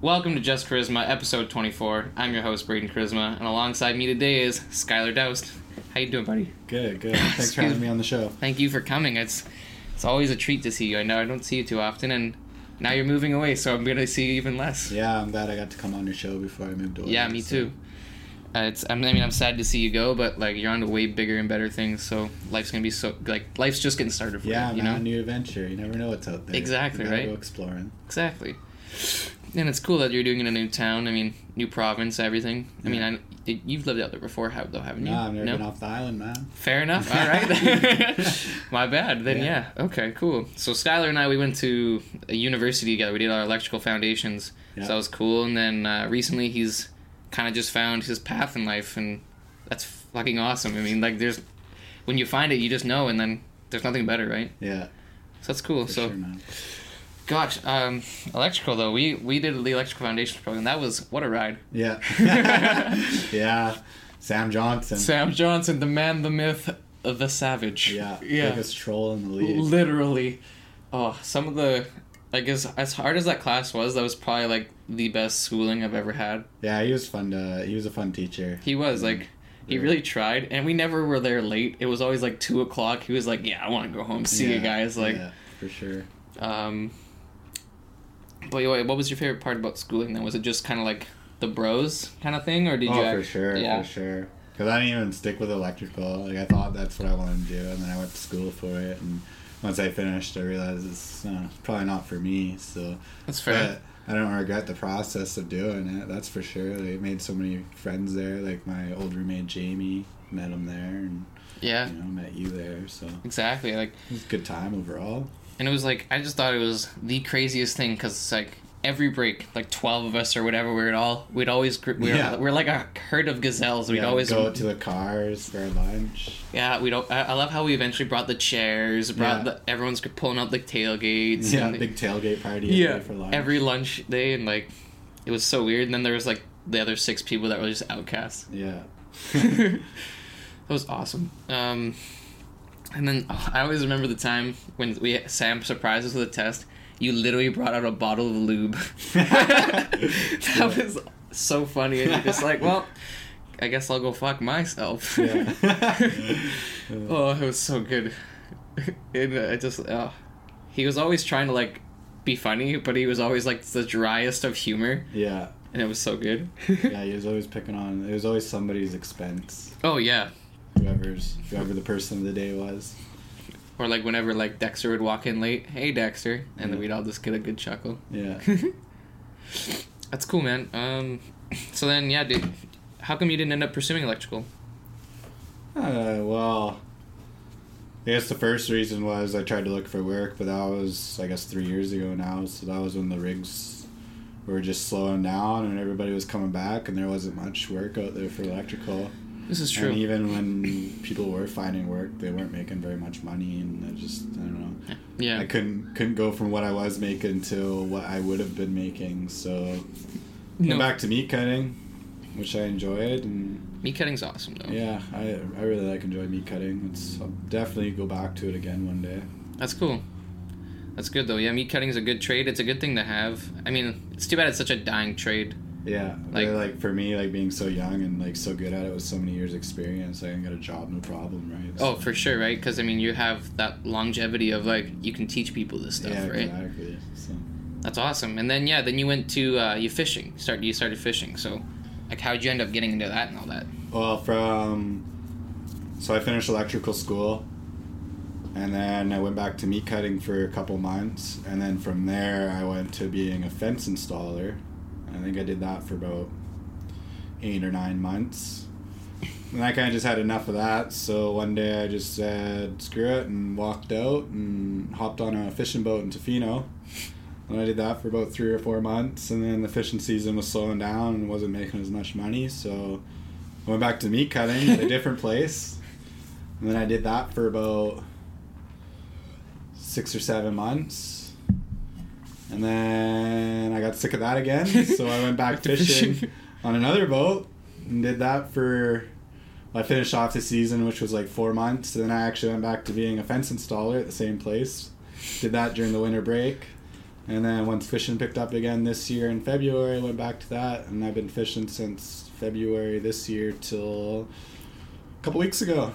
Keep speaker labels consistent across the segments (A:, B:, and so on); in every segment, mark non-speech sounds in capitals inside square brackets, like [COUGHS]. A: Welcome to Just Charisma, episode 24. I'm your host, Braden Charisma, and alongside me today is Skylar Doust. How you doing, buddy? [LAUGHS]
B: Good, good. Thanks for having me on the show.
A: Thank you for coming. It's it's always a treat to see you. I know I don't see you too often, and now you're moving away, so I'm gonna see you even less.
B: Yeah, I'm glad I got to come on your show before I moved away.
A: Yeah, me
B: so-
A: too. Uh, it's I mean, I mean I'm sad to see you go, but like you're on to way bigger and better things, so life's gonna be so like life's just getting started for
B: Yeah,
A: you.
B: man,
A: You
B: a
A: know
B: new adventure. You never know what's out there.
A: Exactly,
B: you gotta
A: right?
B: Go exploring.
A: exactly. And it's cool that you're doing it in a new town. I mean, new province, everything. I mean, I did- you've lived out there before, have though, haven't you?
B: Nah, I've never
A: Mm-hmm. No?
B: been off the island, man.
A: Fair enough.
B: [LAUGHS]
A: All right. [LAUGHS] My bad. Then yeah.
B: Yeah.
A: Okay. Cool. So Skylar and I we went to a university together. We did our electrical foundations.
B: Yeah.
A: So that was cool. And then uh, recently he's kind of just found his path in life, and that's fucking awesome. I mean, like there's when you find it, you just know, and then there's nothing better, right?
B: Yeah,
A: So that's cool.
B: for
A: so
B: sure, man.
A: gosh, um, electrical though we we did the electrical foundations program. That was what a ride. [LAUGHS]
B: Yeah. [LAUGHS] yeah. Sam Johnson.
A: Sam Johnson, the man, the myth, the savage.
B: yeah.
A: [LAUGHS] Yeah.
B: Biggest troll in the league.
A: literally oh some of the i guess as hard as that class was that was probably like the best schooling i've ever had
B: Yeah, he was fun to. He was a fun teacher.
A: he was like he really tried and we never were there late it was always like two o'clock he was like yeah i want to go home see you
B: Yeah,
A: guys like
B: yeah, for sure.
A: um but yeah, what was your favorite part about schooling then was it just kind of like the bros kind of thing or did
B: Oh,
A: you
B: for
A: act-
B: sure,
A: yeah
B: for sure. Because I didn't even stick with electrical. Like I thought that's what I wanted to do, and then I went to school for it. And once I finished, I realized it's uh, probably not for me. So,
A: that's fair
B: but I don't regret the process of doing it. That's for sure. Like, I made so many friends there. Like my old roommate Jamie, met him there, and
A: yeah
B: you know met you there. So it
A: exactly like
B: was a good time overall.
A: and it was like I just thought it was the craziest thing because it's like every break, like twelve of us or whatever, we would all we'd always gr- we were,
B: Yeah.
A: we're like a herd of gazelles. We'd
B: Yeah,
A: always
B: go to the cars for
A: [LAUGHS]
B: lunch.
A: yeah we don't. I, I love how we eventually brought the chairs, brought
B: Yeah.
A: the, everyone's pulling out the tailgates.
B: Yeah,
A: and
B: big tailgate party. every
A: yeah
B: day for lunch.
A: every lunch day and like it was so weird. And then there was like the other six people that were just outcasts.
B: yeah.
A: [LAUGHS] that was awesome. Um, and then oh, I always remember the time when we Sam surprised us with a test. You literally brought out a bottle of lube. [LAUGHS] that was so funny, and you're just like, well, I guess I'll go fuck myself.
B: [LAUGHS] Yeah.
A: [LAUGHS] oh, it was so good. and uh, I just, oh. he was always trying to like be funny, but he was always like the driest of humor,
B: yeah.
A: and it was so good.
B: Yeah, he was always picking on. It was always somebody's expense,
A: oh yeah,
B: whoever's whoever the person of the day was.
A: Or like whenever like Dexter would walk in late, hey Dexter, and then
B: Yeah.
A: we'd all just get a good chuckle. [LAUGHS]
B: Yeah.
A: That's cool, man. Um, so then yeah, dude, how come you didn't end up pursuing electrical?
B: Uh, well, I guess the first reason was I tried to look for work, but that was I guess three years ago now. So that was when the rigs were just slowing down and everybody was coming back, and there wasn't much work out there for electrical.
A: This is true.
B: And even when people were finding work, they weren't making very much money, and I just I don't know.
A: yeah,
B: I couldn't couldn't go from what I was making to what I would have been making. So
A: no,
B: went back to meat cutting, which I enjoyed, and
A: meat cutting's awesome though.
B: yeah, I I really like enjoy meat cutting. It's I'll definitely go back to it again one day.
A: That's cool. That's good though. Yeah, meat cutting's a good trade. It's a good thing to have. I mean, it's too bad it's such a dying trade.
B: Yeah,
A: Like-
B: like like for me, like being so young and like so good at it with so many years experience, I can get a job no problem, right?
A: Oh, for sure, right? Because I mean, you have that longevity of like you can teach people this stuff,
B: yeah,
A: right?
B: exactly. So
A: That's awesome. And then yeah, then you went to uh, you fishing. Start you started fishing. So, like, how'd you end up getting into that and all that?
B: well, from so I finished electrical school. And then I went back to meat cutting for a couple months, and then from there I went to being a fence installer. I think I did that for about eight or nine months. And I kind of just had enough of that, so one day I just said, screw it, and walked out and hopped on a fishing boat in Tofino. And I did that for about three or four months, and then the fishing season was slowing down and wasn't making as much money, so I went back to meat cutting at a different place. And then I did that for about six or seven months. And then I got sick of that again, so I
A: [LAUGHS]
B: went back fishing on another boat and did that for. I finished off the season, which was like four months. And then I actually went back to being a fence installer at the same place. Did that during the winter break. And then once fishing picked up again this year in February, I went back to that, and I've been fishing since February this year till a couple weeks ago.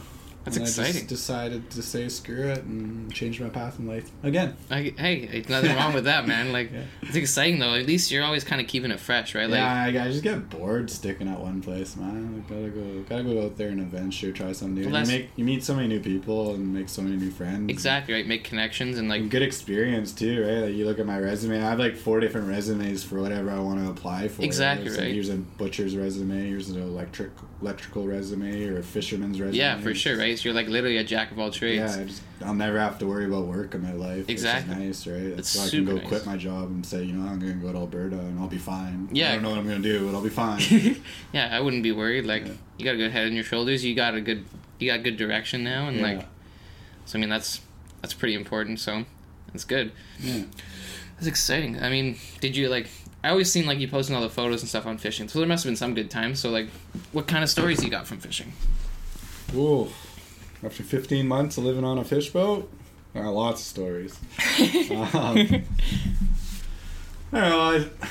A: That's
B: And I
A: exciting.
B: just decided to say screw it and change my path in life again.
A: I, hey, it's nothing wrong with that, man. Like,
B: [LAUGHS] Yeah.
A: it's exciting though. At least you're always kind of keeping it fresh, right? Like,
B: yeah, I, I just get bored sticking at one place, man. I gotta go, gotta go out there and adventure, try something new.
A: Well,
B: And
A: that's-
B: you make you meet so many new people and make so many new friends.
A: exactly right. Make connections and like,
B: And good experience too, right? Like you look at my resume, I have like four different resumes for whatever I want to apply for.
A: Exactly
B: There's,
A: right.
B: Like, here's a butcher's resume, here's an electric electrical resume, or a fisherman's resume.
A: yeah, for sure, right? So you're like literally a jack of all
B: Yeah,
A: trades.
B: I just, I'll never have to worry about work in my life. which is
A: Exactly.
B: nice, right?
A: It's
B: That's so I can
A: super
B: go
A: nice.
B: quit my job and say, you know, I'm gonna go to Alberta and I'll be fine.
A: Yeah.
B: I don't know what I'm gonna do, but I'll be fine.
A: [LAUGHS] Yeah, I wouldn't be worried. Like,
B: Yeah.
A: you got a good head on your shoulders. You got a good, you got good direction now, and like,
B: Yeah.
A: so I mean, that's that's pretty important. So, that's good.
B: yeah.
A: That's exciting. I mean, did you like? I always seen like you posting all the photos and stuff on fishing, so there must have been some good times. So like, what kind of stories you got from fishing?
B: Ooh, after 15 months of living on a fish boat, there are lots
A: [LAUGHS]
B: of stories. um, I don't know. I-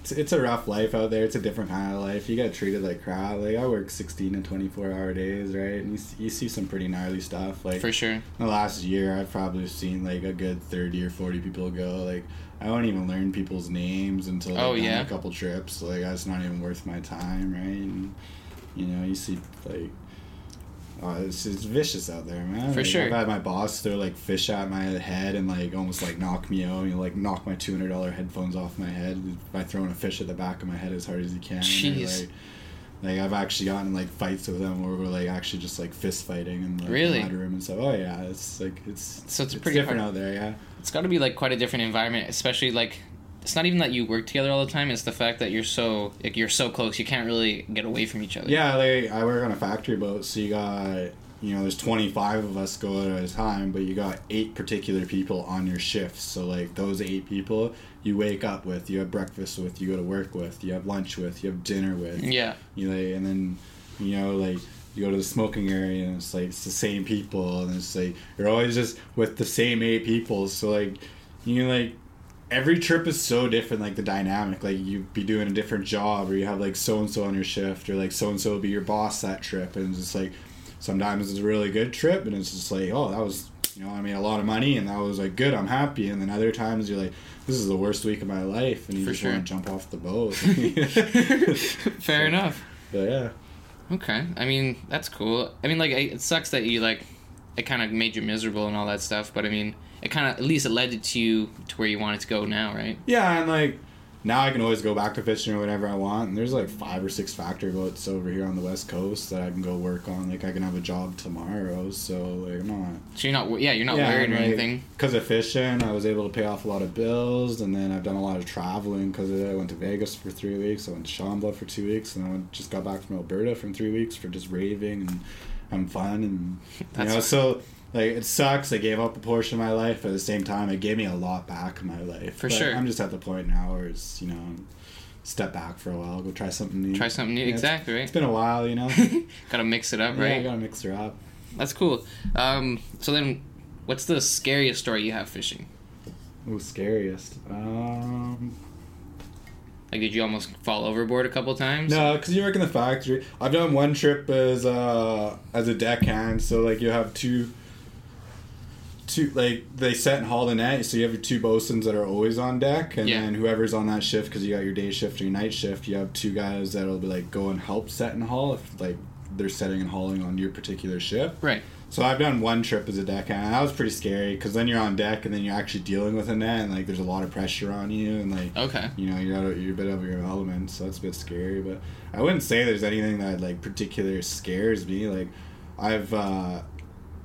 B: It's, it's a rough life out there. It's a different kind of life. You get treated like crap. Like I work 16 and 24 hour days, right? And you, s- you see some pretty gnarly stuff. Like
A: For sure.
B: the last year, I've probably seen like a good 30 or 40 people go. Like I don't even learn people's names until they've
A: Oh,
B: done
A: yeah.
B: a couple trips. Like that's not even worth my time, right? And, you know, you see like. Oh, it's, it's vicious out there, man.
A: For
B: Like,
A: sure.
B: I've had my boss throw like fish at my head and like almost like knock me out. You know, like knock my two hundred dollar headphones off my head by throwing a fish at the back of my head as hard as he can. Or,
A: Jeez.
B: Like, like I've actually gotten in, like fights with them where we're like actually just like fist fighting and like
A: Really?
B: the ladder room and stuff. Oh yeah, it's like it's
A: So it's pretty
B: different
A: hard-
B: out there. Yeah,
A: It's got to be like quite a different environment, especially like it's not even that you work together all the time. It's the fact that you're so like you're so close, you can't really get away from each other.
B: yeah. Like I work on a factory boat, so you got you know there's twenty five of us go out at a time, but you got eight particular people on your shifts. So like those eight people, you wake up with, you have breakfast with, you go to work with, you have lunch with, you have dinner with.
A: Yeah.
B: you like, and then you know like you go to the smoking area and it's like it's the same people and it's like you're always just with the same eight people so like you know, like every trip is so different like the dynamic like you be doing a different job or you have like so and so on your shift or like so and so will be your boss that trip and it's just like sometimes it's a really good trip and it's just like oh that was you know i made a lot of money and that was like good i'm happy and then other times you're like this is the worst week of my life and you
A: For
B: just
A: sure.
B: want to jump off the
A: [LAUGHS]
B: boat [LAUGHS]
A: Fair enough.
B: but yeah
A: Okay. I mean, that's cool. I mean, like, I, it sucks that you like it kind of made you miserable and all that stuff. But I mean, it kind of at least it led it to you to where you wanted to go now, right?
B: Yeah, and like now I can always go back to fishing or whatever I want. And there's like five or six factory boats over here on the west coast that I can go work on. Like I can have a job tomorrow, so like I'm not.
A: So you're not, wor- yeah, you're not
B: Yeah,
A: worried
B: and,
A: or
B: like,
A: anything.
B: Because of fishing, I was able to pay off a lot of bills, and then I've done a lot of traveling because of it. I went to Vegas for three weeks, I went to Shambla for two weeks, and I went, just got back from Alberta from three weeks for just raving and having fun. And
A: That's-
B: you know, so like it sucks. I gave up a portion of my life, but at the same time, it gave me a lot back in my life.
A: For
B: But
A: sure.
B: I'm just at the point now where it's you know, step back for a while, go try something new.
A: Try something new.
B: Yeah, it's-
A: exactly right. [LAUGHS]
B: It's been a while, you know.
A: Gotta mix it up,
B: Yeah, I
A: right?
B: gotta mix her up.
A: That's cool. Um, so then, what's the scariest story you have fishing?
B: Ooh, scariest. Um.
A: Like, did you almost fall overboard a couple times?
B: No, because you work in the factory. I've done one trip as uh as a deckhand, so like you have two. Two like they set and haul the net, so you have your two bosuns that are always on deck, and
A: Yeah.
B: then whoever's on that shift, because you got your day shift or your night shift, you have two guys that'll be like go and help set and haul if like they're setting and hauling on your particular ship.
A: Right.
B: So I've done one trip as a deckhand, and that was pretty scary because then you're on deck and then you're actually dealing with a net, and like there's a lot of pressure on you, and like
A: Okay.
B: you know, you're out of, you're a bit of your element, so that's a bit scary. But I wouldn't say there's anything that like particular scares me. Like, I've uh,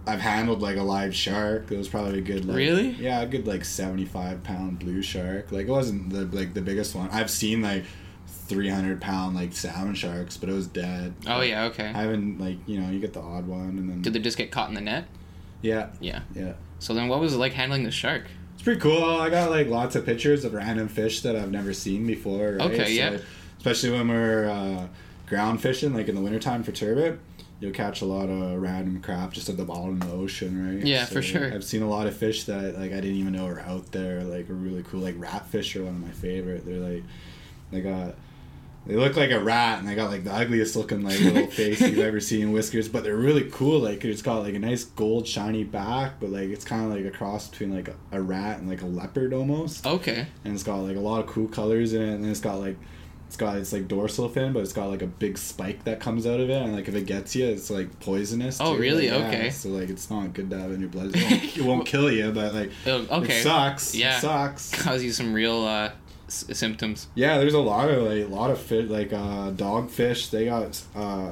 B: I've handled like a live shark. It was probably a good like,
A: Really?
B: yeah, a good like seventy five pound blue shark. Like it wasn't the like the biggest one. I've seen like three hundred pound like salmon sharks, but it was dead.
A: Oh yeah. Okay.
B: I haven't like you know you get the odd one and then
A: Did they just get caught in the net?
B: yeah
A: Yeah.
B: yeah.
A: So then, what was it like handling the shark?
B: It's pretty cool. I got like lots of pictures of random fish that I've never seen before. Right?
A: Okay, yeah.
B: Especially when we're uh, ground fishing, like in the wintertime for turbot. you'll catch a lot of random crap just at the bottom of the ocean, right?
A: Yeah, for sure.
B: I've seen a lot of fish that like I didn't even know were out there. Like are really cool. Like ratfish are one of my favorite. They're like they got they look like a rat and they got like the ugliest looking like
A: [LAUGHS]
B: little face you've ever seen whiskers, but they're really cool. Like it's got like a nice gold shiny back, but like it's kind of like a cross between like a- a rat and like a leopard almost
A: Okay.
B: and it's got like a lot of cool colors in it and it's got like it's got its like dorsal fin but it's got like a big spike that comes out of it and like if it gets you it's like poisonous
A: Oh, really?
B: Like, yeah,
A: Okay.
B: so like it's not good to have in your blood
A: [LAUGHS]
B: it won't, it won't kill you but like
A: Oh, [LAUGHS]
B: it
A: okay.
B: sucks
A: Yeah.
B: it sucks
A: Cause you some real uh, s- symptoms.
B: yeah there's a lot of like a lot of fish like uh dogfish they got uh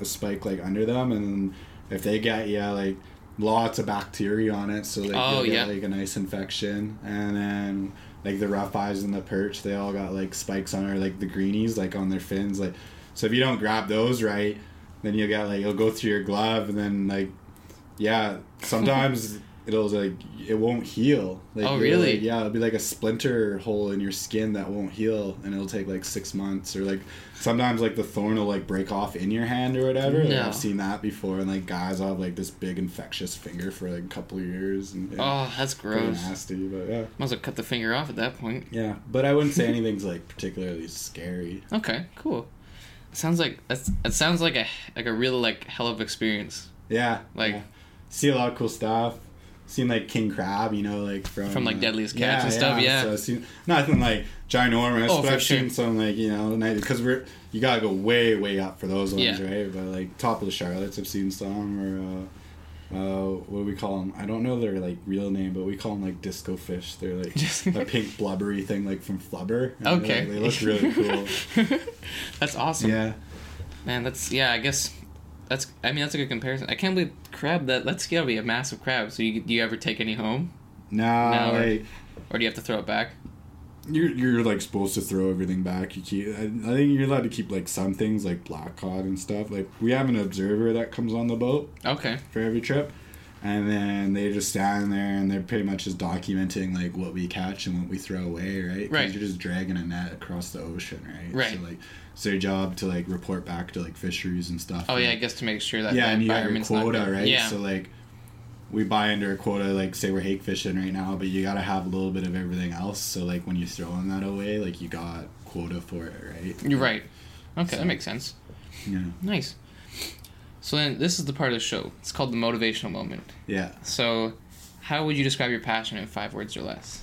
B: a spike like under them and if they get you like lots of bacteria on it so like
A: Oh,
B: you'll
A: yeah.
B: get like a nice infection and then like the rough eyes and the perch they all got like spikes on or like the greenies like on their fins like so if you don't grab those right then you'll get like it'll go through your glove and then like yeah
A: [LAUGHS]
B: sometimes it'll like it won't heal like
A: Oh,
B: you'll,
A: really?
B: like, yeah it'll be like a splinter hole in your skin that won't heal and it'll take like six months or like sometimes like the thorn will like break off in your hand or whatever like,
A: No.
B: i've seen that before and like guys will have like this big infectious finger for like a couple years and yeah,
A: Oh, that's
B: pretty
A: gross. Might
B: nasty but yeah
A: as well cut the finger off at that point.
B: yeah but i wouldn't say anything's like particularly scary
A: Okay, cool. Sounds like that's it. Sounds like a like a real like hell of experience.
B: yeah
A: Like-
B: yeah. see a lot of cool stuff seen like king crab you know like from
A: From, like, Deadliest Catch and stuff, yeah.
B: so I've seen nothing like ginormous
A: Oh,
B: but
A: for
B: i've
A: sure.
B: seen some like you know because we're you gotta go way way up for those ones
A: Yeah.
B: right but like top of the charlottes i've seen some or uh, uh what do we call them i don't know their like real name but we call them like disco fish they're
A: [LAUGHS]
B: like
A: Just-
B: a pink blubbery thing like from flubber And they're,
A: Okay.
B: like, they look really
A: [LAUGHS]
B: cool
A: that's awesome.
B: yeah
A: Man, that's yeah. I guess that's. I mean, that's a good comparison. I can't believe crab. That that's gotta be a massive crab. So you do you ever take any home,
B: nah,
A: Now we're-
B: like
A: or do you have to throw it back?
B: You're, you're like supposed to throw everything back. You keep. I, I think you're allowed to keep like some things like black cod and stuff. Like we have an observer that comes on the boat
A: Okay.
B: for every trip, and then they just stand there and they're pretty much just documenting like what we catch and what we throw away, right? 'Cause
A: Right.
B: You're just dragging a net across the ocean, right?
A: Right.
B: So like, it's their job to like report back to like fisheries and stuff.
A: Oh
B: and,
A: yeah, I
B: like,
A: guess to make sure that
B: yeah,
A: the
B: and you got your
A: environment's not
B: quota,
A: good.
B: right?
A: Yeah.
B: So like, we buy under a quota. Like, say we're hake fishing right now, but you gotta have a little bit of everything else. So like, when you're throwing that away, like you got quota for it, right?
A: You're right. Okay, that
B: So-
A: makes sense.
B: Yeah.
A: Nice. So then, this is the part of the show. It's called the motivational moment.
B: Yeah.
A: So, how would you describe your passion in five words or less?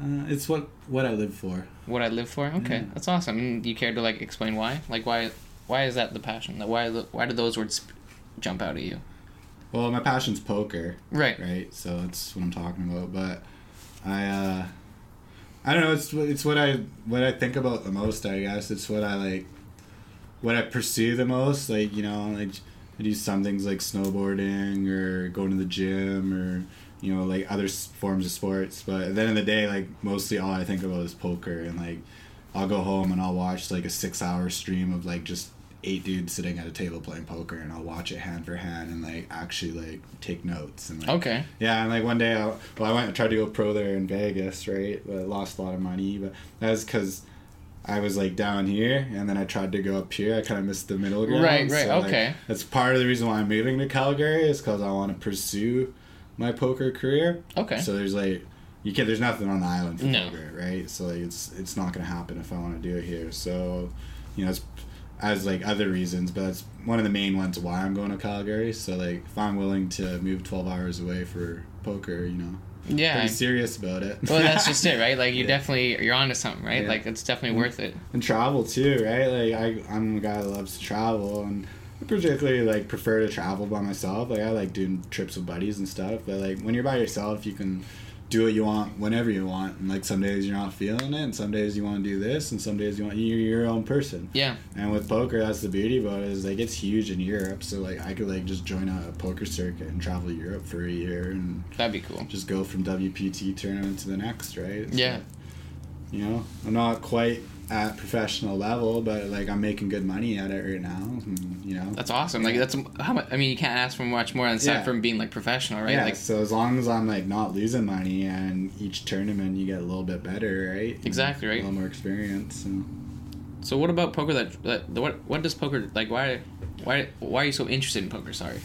B: Uh, it's what what I live for.
A: What I live for. Okay,
B: Yeah.
A: that's awesome. And you care to like explain why? Like why? Why is that the passion? Like why? Why do those words jump out at you?
B: Well, my passion's poker.
A: Right.
B: right? So that's what I'm talking about. But I, uh, I don't know. It's it's what I what I think about the most. I guess it's what I like, what I pursue the most. Like you know, like I do some things like snowboarding or going to the gym or you know like other s- forms of sports. But at the end of the day, like mostly all I think about is poker and like. I'll go home and I'll watch like a six hour stream of like just eight dudes sitting at a table playing poker and I'll watch it hand for hand and like actually like take notes and like
A: Okay.
B: yeah, and like one day, I, well, I went and tried to go pro there in Vegas, right? But I lost a lot of money, but that was because I was like down here, and then I tried to go up here. I kind of missed the middle ground.
A: Right, right,
B: like,
A: okay.
B: that's part of the reason why I'm moving to Calgary is because I want to pursue my poker career.
A: Okay.
B: So there's like, you can't. There's nothing on the island for
A: No.
B: poker, right? So like, it's it's not gonna happen if I want to do it here. So, you know, it's as like other reasons, but that's one of the main ones why I'm going to Calgary. So like, if I'm willing to move twelve hours away for poker, you know,
A: yeah.
B: pretty serious about it.
A: well, that's
B: [LAUGHS]
A: just it, right? Like you
B: Yeah.
A: definitely you're onto something, right?
B: Yeah. Mm-hmm.
A: Like it's definitely worth it.
B: and travel too, right? Like I, I'm a guy that loves to travel, and I particularly like prefer to travel by myself. Like I like doing trips with buddies and stuff. But like when you're by yourself, you can do what you want whenever you want. And like some days you're not feeling it, and some days you want to do this, and some days you want you're your own person.
A: Yeah.
B: And with poker, that's the beauty about it is like it's huge in Europe. So like I could like just join a poker circuit and travel Europe for a year and
A: That'd be cool.
B: just go from WPT tournament to the next, right? So,
A: Yeah.
B: you know, I'm not quite at professional level, but like I'm making good money at it right now. And, you know,
A: That's awesome. Like that's how much. I mean, you can't ask for much more than aside
B: Yeah.
A: from being like professional, right?
B: yeah.
A: Like
B: so as long as I'm like not losing money, and each tournament you get a little bit better, right? You know,
A: Exactly, right.
B: A little more experience. So.
A: So what about poker? That, that what what does poker like? Why why why are you so interested in poker? Sorry,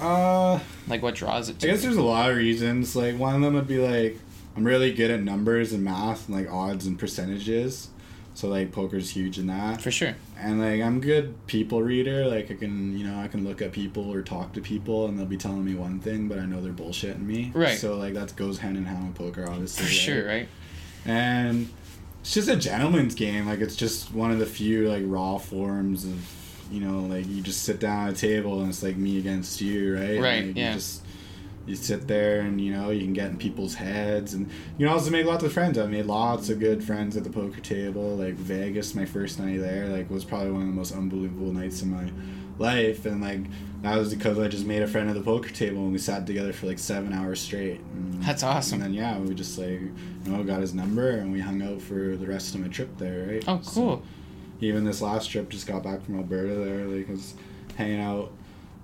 B: Uh,
A: like what draws it?
B: I
A: to
B: guess
A: you?
B: there's a lot of reasons. Like one of them would be like I'm really good at numbers and math and like odds and percentages. So like poker's huge in that.
A: for sure.
B: And like I'm good people reader. Like I can you know I can look at people or talk to people and they'll be telling me one thing, but I know they're bullshitting me.
A: Right.
B: So like that goes hand in hand with poker,
A: For
B: obviously. right?
A: sure, right?
B: And it's just a gentleman's game. Like it's just one of the few like raw forms of you know like you just sit down at a table and it's like me against you, right? And,
A: Right,
B: like,
A: yeah.
B: You just you sit there and you know you can get in people's heads and you can also make lots of friends. I made lots of good friends at the poker table. Like Vegas, my first night there, like was probably one of the most unbelievable nights in my life and like that was because I just made a friend at the poker table and we sat together for like seven hours straight. And-
A: That's awesome.
B: And then yeah, we just like you know got his number and we hung out for the rest of my trip there, right?
A: Oh,
B: So,
A: cool.
B: even this last trip, just got back from Alberta there, like was hanging out,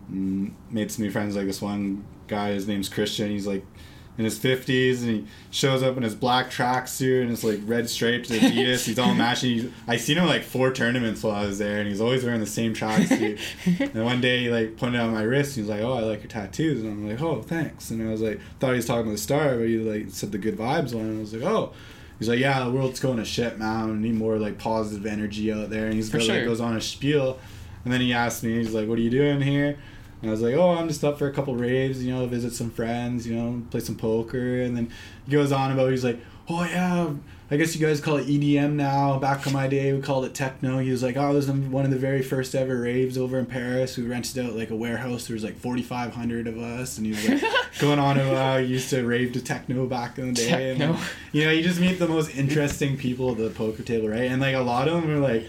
B: and made some new friends. Like this one guy, his name's Christian. He's like in his fifties, and he shows up in his black tracksuit and his like red stripes and Adidas.
A: [LAUGHS]
B: he's all matching. He's, I seen him like four tournaments while I was there, and he's always wearing the same tracksuit.
A: [LAUGHS]
B: and one day he like pointed out my wrist. And he's like, "Oh, I like your tattoos," and I'm like, "Oh, thanks." And I was like, thought he was talking to the star, but he like said the good vibes one. And I was like, "Oh." He's like, yeah, the world's going to shit, man. We need more like positive energy out there. And he's
A: For
B: goes, like,
A: sure.
B: goes on a spiel, and then he asked me, he's like, what are you doing here? And I was like, oh, I'm just up for a couple raves, you know, visit some friends, you know, play some poker. And then he goes on about, he's like, oh yeah, I guess you guys call it EDM now. Back in my day, we called it techno. He was like, oh, this is one of the very first ever raves over in Paris. We rented out like a warehouse. There was like 4,500 of us, and he was like going on about how he used to rave to techno back in the day. And,
A: Techno.
B: you know, you just meet the most interesting people at the poker table, right? And like a lot of them are like,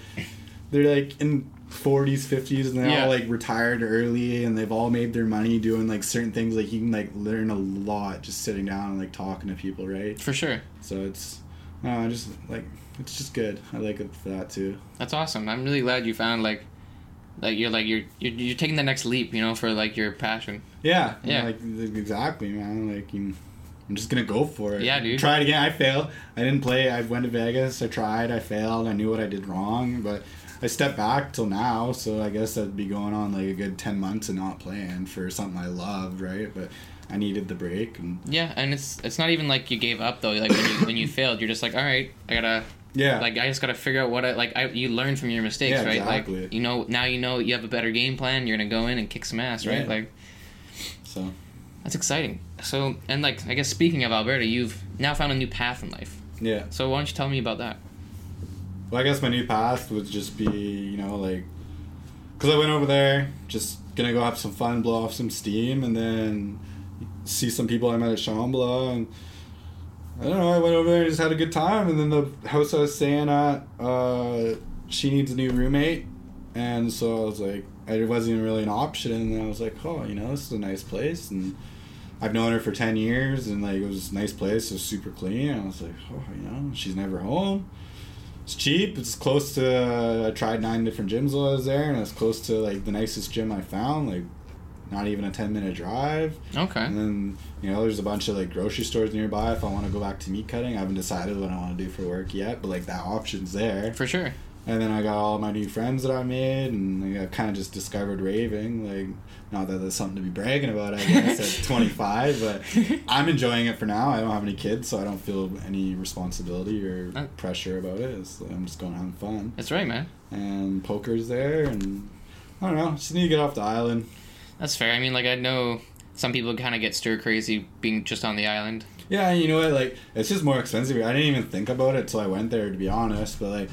B: they're like in 40s, 50s, and they're
A: Yeah.
B: all like retired early, and they've all made their money doing like certain things. Like you can like learn a lot just sitting down and like talking to people, right?
A: For sure.
B: So it's, uh, just like it's just good. I like it for that too.
A: That's awesome. I'm really glad you found like like you're like you're you're, you're taking the next leap, you know, for like your passion.
B: Yeah, and,
A: Yeah.
B: like th- exactly, man. Like you, I'm just gonna go for it.
A: Yeah, dude.
B: Try it again. I failed. I didn't play. I went to Vegas. I tried. I failed. I knew what I did wrong, but I stepped back till now. So I guess I'd be going on like a good ten months and not playing for something I loved, right? But I needed the break, and
A: Yeah, and it's it's not even like you gave up though. Like when you,
B: [COUGHS]
A: when you [COUGHS] failed, you're just like, all right, I gotta
B: yeah,
A: like I just gotta figure out what I like. I you learn from your mistakes,
B: Yeah,
A: right? Like
B: exactly.
A: you know now you know you have a better game plan. You're gonna go in and kick some ass, right?
B: Yeah.
A: Like
B: so
A: that's exciting. So and like I guess speaking of Alberta, you've now found a new path in life.
B: yeah.
A: So why don't you tell me about that?
B: Well, I guess my new path would just be, you know, like, because I went over there, just gonna go have some fun, blow off some steam, and then see some people I met at Shambhala. And I don't know, I went over there and just had a good time. And then the house I was staying at, uh, she needs a new roommate. And so I was like, it wasn't even really an option. And then I was like, oh, you know, this is a nice place. And I've known her for 10 years, and like, it was a nice place, it was super clean. And I was like, oh, you know, she's never home. It's cheap. It's close to. I tried nine different gyms while I was there, and it's close to like the nicest gym I found. Like, not even a ten minute drive.
A: Okay.
B: And then you know, there's a bunch of like grocery stores nearby. If I want to go back to meat cutting, I haven't decided what I want to do for work yet, but like that option's there.
A: For sure.
B: And then I got all my new friends that I made, and like, I kind of just discovered raving. Like, not that that's something to be bragging about, I guess, at 25, but I'm enjoying it for now. I don't have any kids, so I don't feel any responsibility or
A: Oh.
B: pressure about it. It's, I'm just going having fun.
A: [LAUGHS] That's right, man.
B: And poker's there, and I don't know, just need to get off the island.
A: That's fair. I mean, like I know some people kind of get stir crazy being just on the island.
B: Yeah, you know what? Like, it's just more expensive. I didn't even think about it till I went there, to be honest. But like,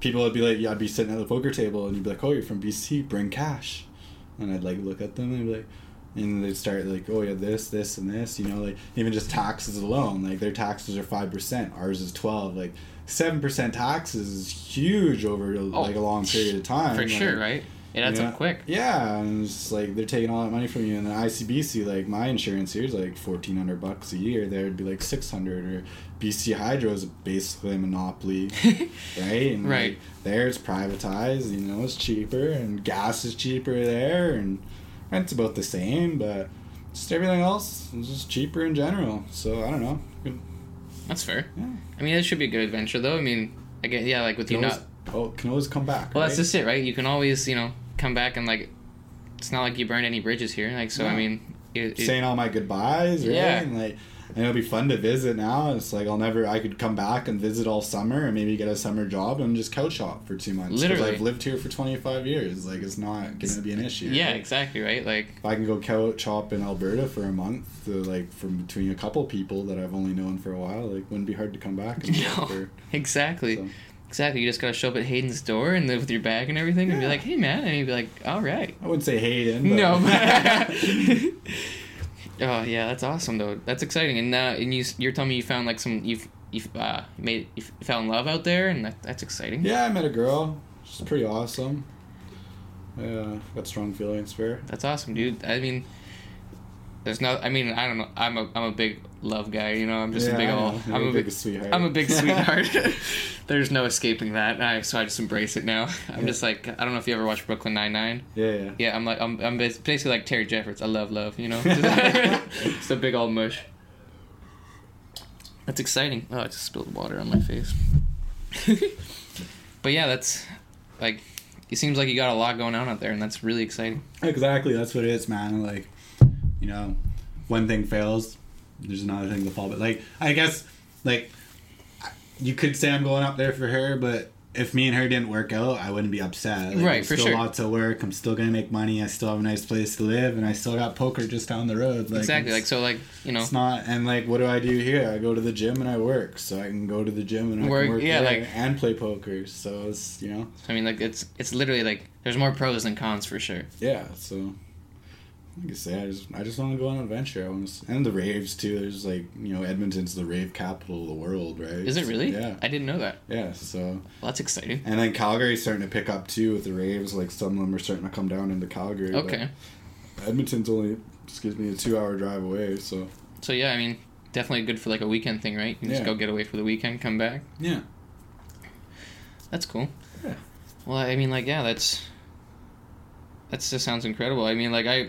B: people would be like, yeah, I'd be sitting at the poker table, and you'd be like, "Oh, you're from BC, bring cash," and I'd like look at them and be like, and they'd start like, "Oh yeah, this, this, and this." You know, like even just taxes alone, like their taxes are five percent, ours is twelve. Like seven percent taxes is huge over like a long period of time.
A: Oh, For
B: like,
A: sure, right? It adds
B: yeah.
A: up quick.
B: Yeah, and it's just, like they're taking all that money from you, and the ICBC, like my insurance here is like fourteen hundred bucks a year. There would be like six hundred, or BC Hydro is basically a monopoly, [LAUGHS] right? And,
A: Right.
B: Like, there it's privatized. You know, it's cheaper, and gas is cheaper there, and rent's about the same, but just everything else is just cheaper in general. So I don't know.
A: That's fair.
B: Yeah.
A: I mean, it should be a good adventure, though. I mean, again, yeah, like with you
B: It always
A: not
B: Oh, can always come back.
A: Well, that's
B: right?
A: just it, right? You can always, you know, come back and like, it's not like you burned any bridges here. Like, so I
B: No.
A: mean, it, it,
B: saying all my goodbyes, right?
A: Yeah.
B: And like, and it'll be fun to visit now. It's like I'll never, I could come back and visit all summer and maybe get a summer job and just couch hop for two months. 'Cause
A: Literally.
B: I've lived here for 25 years. Like, it's not going to be an issue.
A: yeah,
B: right?
A: exactly, right?
B: [LAUGHS]
A: Like,
B: If I can go couch hop in Alberta for a month, to like from between a couple people that I've only known for a while, like wouldn't be hard to come back. And
A: [LAUGHS] No.
B: look for-
A: exactly,
B: So.
A: exactly. You just gotta show up at Hayden's door and live with your bag and everything, and be
B: Yeah.
A: like, hey man, and he'd be like, all right.
B: I wouldn't say Hayden. [LAUGHS] But [LAUGHS]
A: No. [LAUGHS] oh yeah, that's awesome though. That's exciting. And now, and you, s- you're telling me you found like some you've you've uh, made you f- found love out there, and that, that's exciting.
B: yeah, I met a girl. She's pretty awesome. Yeah, got strong feelings for her.
A: That's awesome, dude. I mean, there's no. I mean, I don't know. I'm a I'm a big love guy. You know, I'm just
B: Yeah,
A: a big
B: I know.
A: old.
B: You're
A: I'm
B: a
A: a
B: big
A: big.
B: sweetheart.
A: I'm a
B: [LAUGHS]
A: big sweetheart. [LAUGHS] there's no escaping that. I, so I just embrace it now. I'm
B: Yeah.
A: just like I don't know if you ever watched Brooklyn Nine Nine.
B: yeah, yeah.
A: Yeah, I'm like I'm I'm bas- basically like Terry Jeffords. I love love.
B: [LAUGHS]
A: You know, [LAUGHS] just a big old mush. That's exciting. Oh, I just spilled water on my face. [LAUGHS] but yeah, that's like. It seems like you got a lot going on out there, and that's really exciting.
B: Exactly, that's what it is, man. Like, you know, one thing fails, there's another thing to fall. But like, I guess, like, I- you could say I'm going up there for her, but if me and her didn't work out, I wouldn't be upset.
A: Right,
B: Like, there's
A: for
B: still
A: sure.
B: Lots of work. I'm still gonna make money. I still have a nice place to live, and I still got poker just down the road. Like,
A: exactly.
B: it's-
A: Like so, like you know,
B: It's not, and like, what do I do here? I go to the gym and I work, so I can go to the gym and I
A: Work-
B: can work
A: yeah,
B: there
A: like-
B: and play poker. So it's you know,
A: I mean, like it's it's literally like there's more pros than cons for sure.
B: yeah so like i say i just i just want to go on an adventure i want to and the raves too there's like you know edmonton's the rave capital of the world right
A: Is it really?
B: yeah
A: I didn't know that.
B: yeah so
A: Well, that's exciting.
B: and then calgary's starting to pick up too with the raves like some of them are starting to come down into calgary but
A: Okay.
B: edmonton's only excuse me a two hour drive away so
A: So yeah, I mean, definitely good for like a weekend thing, right? You can just
B: Yeah.
A: go get away for the weekend, come back.
B: yeah
A: That's cool.
B: Yeah.
A: Well, I mean, like yeah, that's that's just sounds incredible. I mean, like I.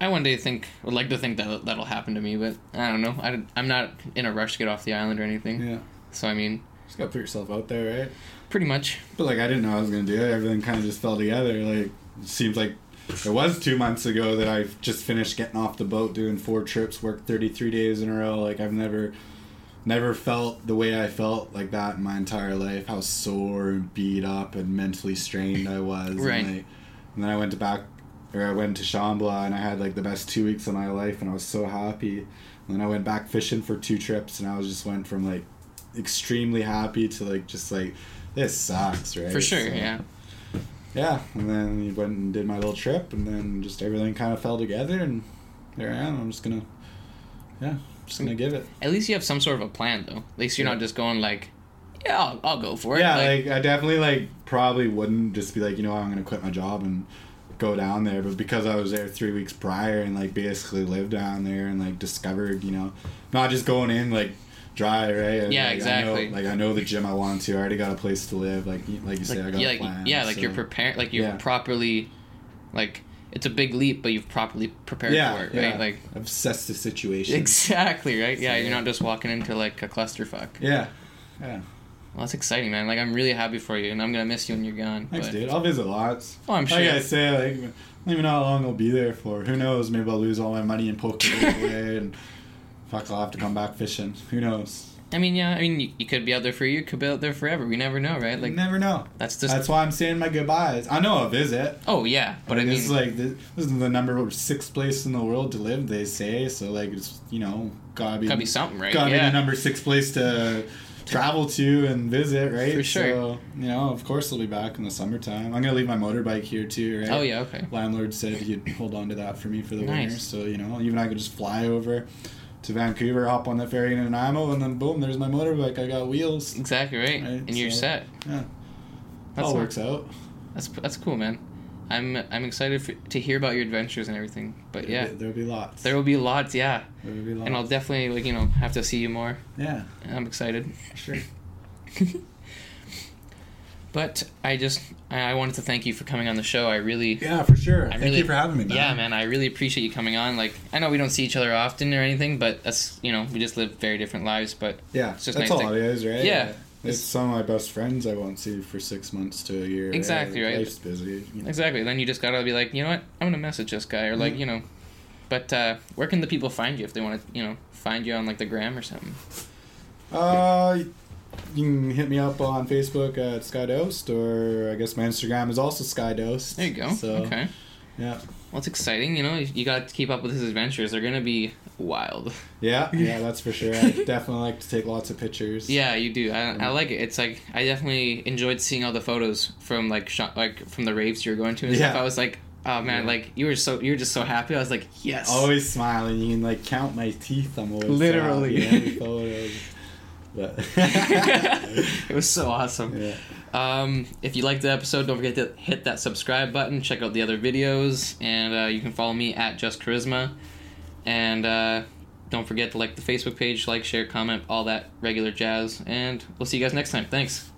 A: I one day think would like to think that that'll happen to me, but I don't know. I, I'm not in a rush to get off the island or anything.
B: yeah
A: So I mean,
B: just gotta put yourself out there right
A: pretty much.
B: But like I didn't know I was gonna do it. Everything kind of just fell together. Like it seems like it was two months ago that I just finished getting off the boat, doing four trips, worked thirty three days in a row. Like I've never, never felt the way I felt like that in my entire life. How sore and beat up and mentally strained I was.
A: Right.
B: And, like, and then I went to back, or I went to Shambhala and I had like the best two weeks of my life, and I was so happy. And then I went back fishing for two trips, and I was just went from like extremely happy to like just like this sucks, right?
A: For sure,
B: So,
A: yeah.
B: Yeah, and then we went and did my little trip, and then just everything kind of fell together, and there I am. I'm just gonna, yeah, just
A: Mm.
B: gonna give it.
A: At least you have some sort of a plan, though. At least you're
B: Yeah.
A: not just going like, yeah, I'll, I'll go for it.
B: Yeah,
A: like,
B: like I definitely like probably wouldn't just be like you know what, I'm gonna quit my job and go down there, but because I was there three weeks prior and like basically lived down there and like discovered you know, not just going in like dry right. And,
A: Yeah,
B: like, I
A: exactly.
B: know, like I know the gym I want to. I already got a place to live. Like you- like you say, I
A: like,
B: got
A: yeah,
B: a
A: like,
B: plan.
A: yeah, like you're
B: so-
A: prepared, like you're
B: Yeah.
A: properly, like it's a big leap, but you've properly prepared
B: yeah,
A: for it,
B: yeah.
A: right? Like [LAUGHS]
B: I've assessed the situation.
A: exactly, right? Yeah,
B: So,
A: you're
B: yeah.
A: not just walking into like a clusterfuck.
B: yeah, yeah.
A: Well, that's exciting, man. Like I'm really happy for you, and I'm gonna miss you when you're gone.
B: Thanks,
A: but
B: dude. I'll visit lots.
A: Oh, I'm
B: Like
A: sure.
B: I say, like, I don't even know how long I'll be there for. Who knows? Maybe I'll lose all my money
A: [LAUGHS]
B: in poker away, and fuck, I'll have to come back fishing. Who knows?
A: I mean, yeah, I mean, you, you could be out there for you, could be out there forever. We never know, right? Like
B: you never know.
A: that's just.
B: Mm. That's why I'm saying my goodbyes. I know I'll visit,
A: oh yeah, but
B: but
A: I
B: it's
A: mean,
B: like this, this is the number six place in the world to live. They say so. Like it's you know gotta be
A: gotta be something, right?
B: gotta be
A: yeah.
B: the number six place to travel to and visit, right?
A: For sure.
B: So, you know, of course, I'll be back in the summertime. I'm gonna leave my motorbike here too, right?
A: oh yeah, okay.
B: landlord said he'd hold on to that for me for the winter.
A: Nice.
B: So, you know, you and I could just fly over to Vancouver, hop on the ferry in Nanaimo, and then boom, there's my motorbike. I got wheels.
A: Exactly right,
B: Right,
A: and you're
B: so-
A: set.
B: Yeah,
A: That's
B: all
A: not-
B: works out.
A: That's that's cool, man. I'm I'm excited for, to hear about your adventures and everything. But yeah,
B: There- There'll be lots.
A: there will be lots, yeah.
B: There'll be lots.
A: And I'll definitely like you know have to see you more.
B: yeah,
A: I'm excited. [LAUGHS]
B: sure.
A: But I just I I wanted to thank you for coming on the show. I really
B: Yeah, for sure.
A: I
B: Thank
A: really-
B: you for having me, man.
A: yeah man I really appreciate you coming on. Like I know we don't see each other often or anything, but that's you know we just live very different lives. But
B: Yeah,
A: It's just
B: that's
A: nice
B: all
A: to-
B: it is, right?
A: Yeah.
B: It's some of my best friends I won't see for six months to a year. right?
A: Exactly, right.
B: Life's busy. you know.
A: Exactly. Then you just gotta be like, you know what? I'm gonna message this guy, or like,
B: Mhm.
A: you know. But uh, where can the people find you if they want to, you know, find you on like the gram or something?
B: Uh, you can hit me up on Facebook at Skydost, or I guess my Instagram is also Skydost.
A: There you go.
B: So,
A: okay.
B: Yeah.
A: Well, it's exciting. You know, you, you got to keep up with his adventures. They're gonna be wild. [LAUGHS]
B: Yeah, yeah, that's for sure. I definitely like to take lots of pictures.
A: Yeah, you do. I, I like it. It's like I definitely enjoyed seeing all the photos from like shot like from the raves you were going to and stuff.
B: Yeah.
A: I was like, oh man,
B: Yeah. Oh,
A: like you were so you were just so happy. I was like, yes.
B: Always smiling. You can like count my teeth. I'm always so
A: Literally.
B: happy in every photo. But
A: [LAUGHS]
B: [LAUGHS]
A: [LAUGHS] it was so awesome.
B: yeah.
A: Um, if you liked the episode, don't forget to hit that subscribe button. Check out the other videos, and uh, you can follow me at Just Charisma. And uh, don't forget to like the Facebook page, like, share, comment, all that regular jazz. And we'll see you guys next time. Thanks.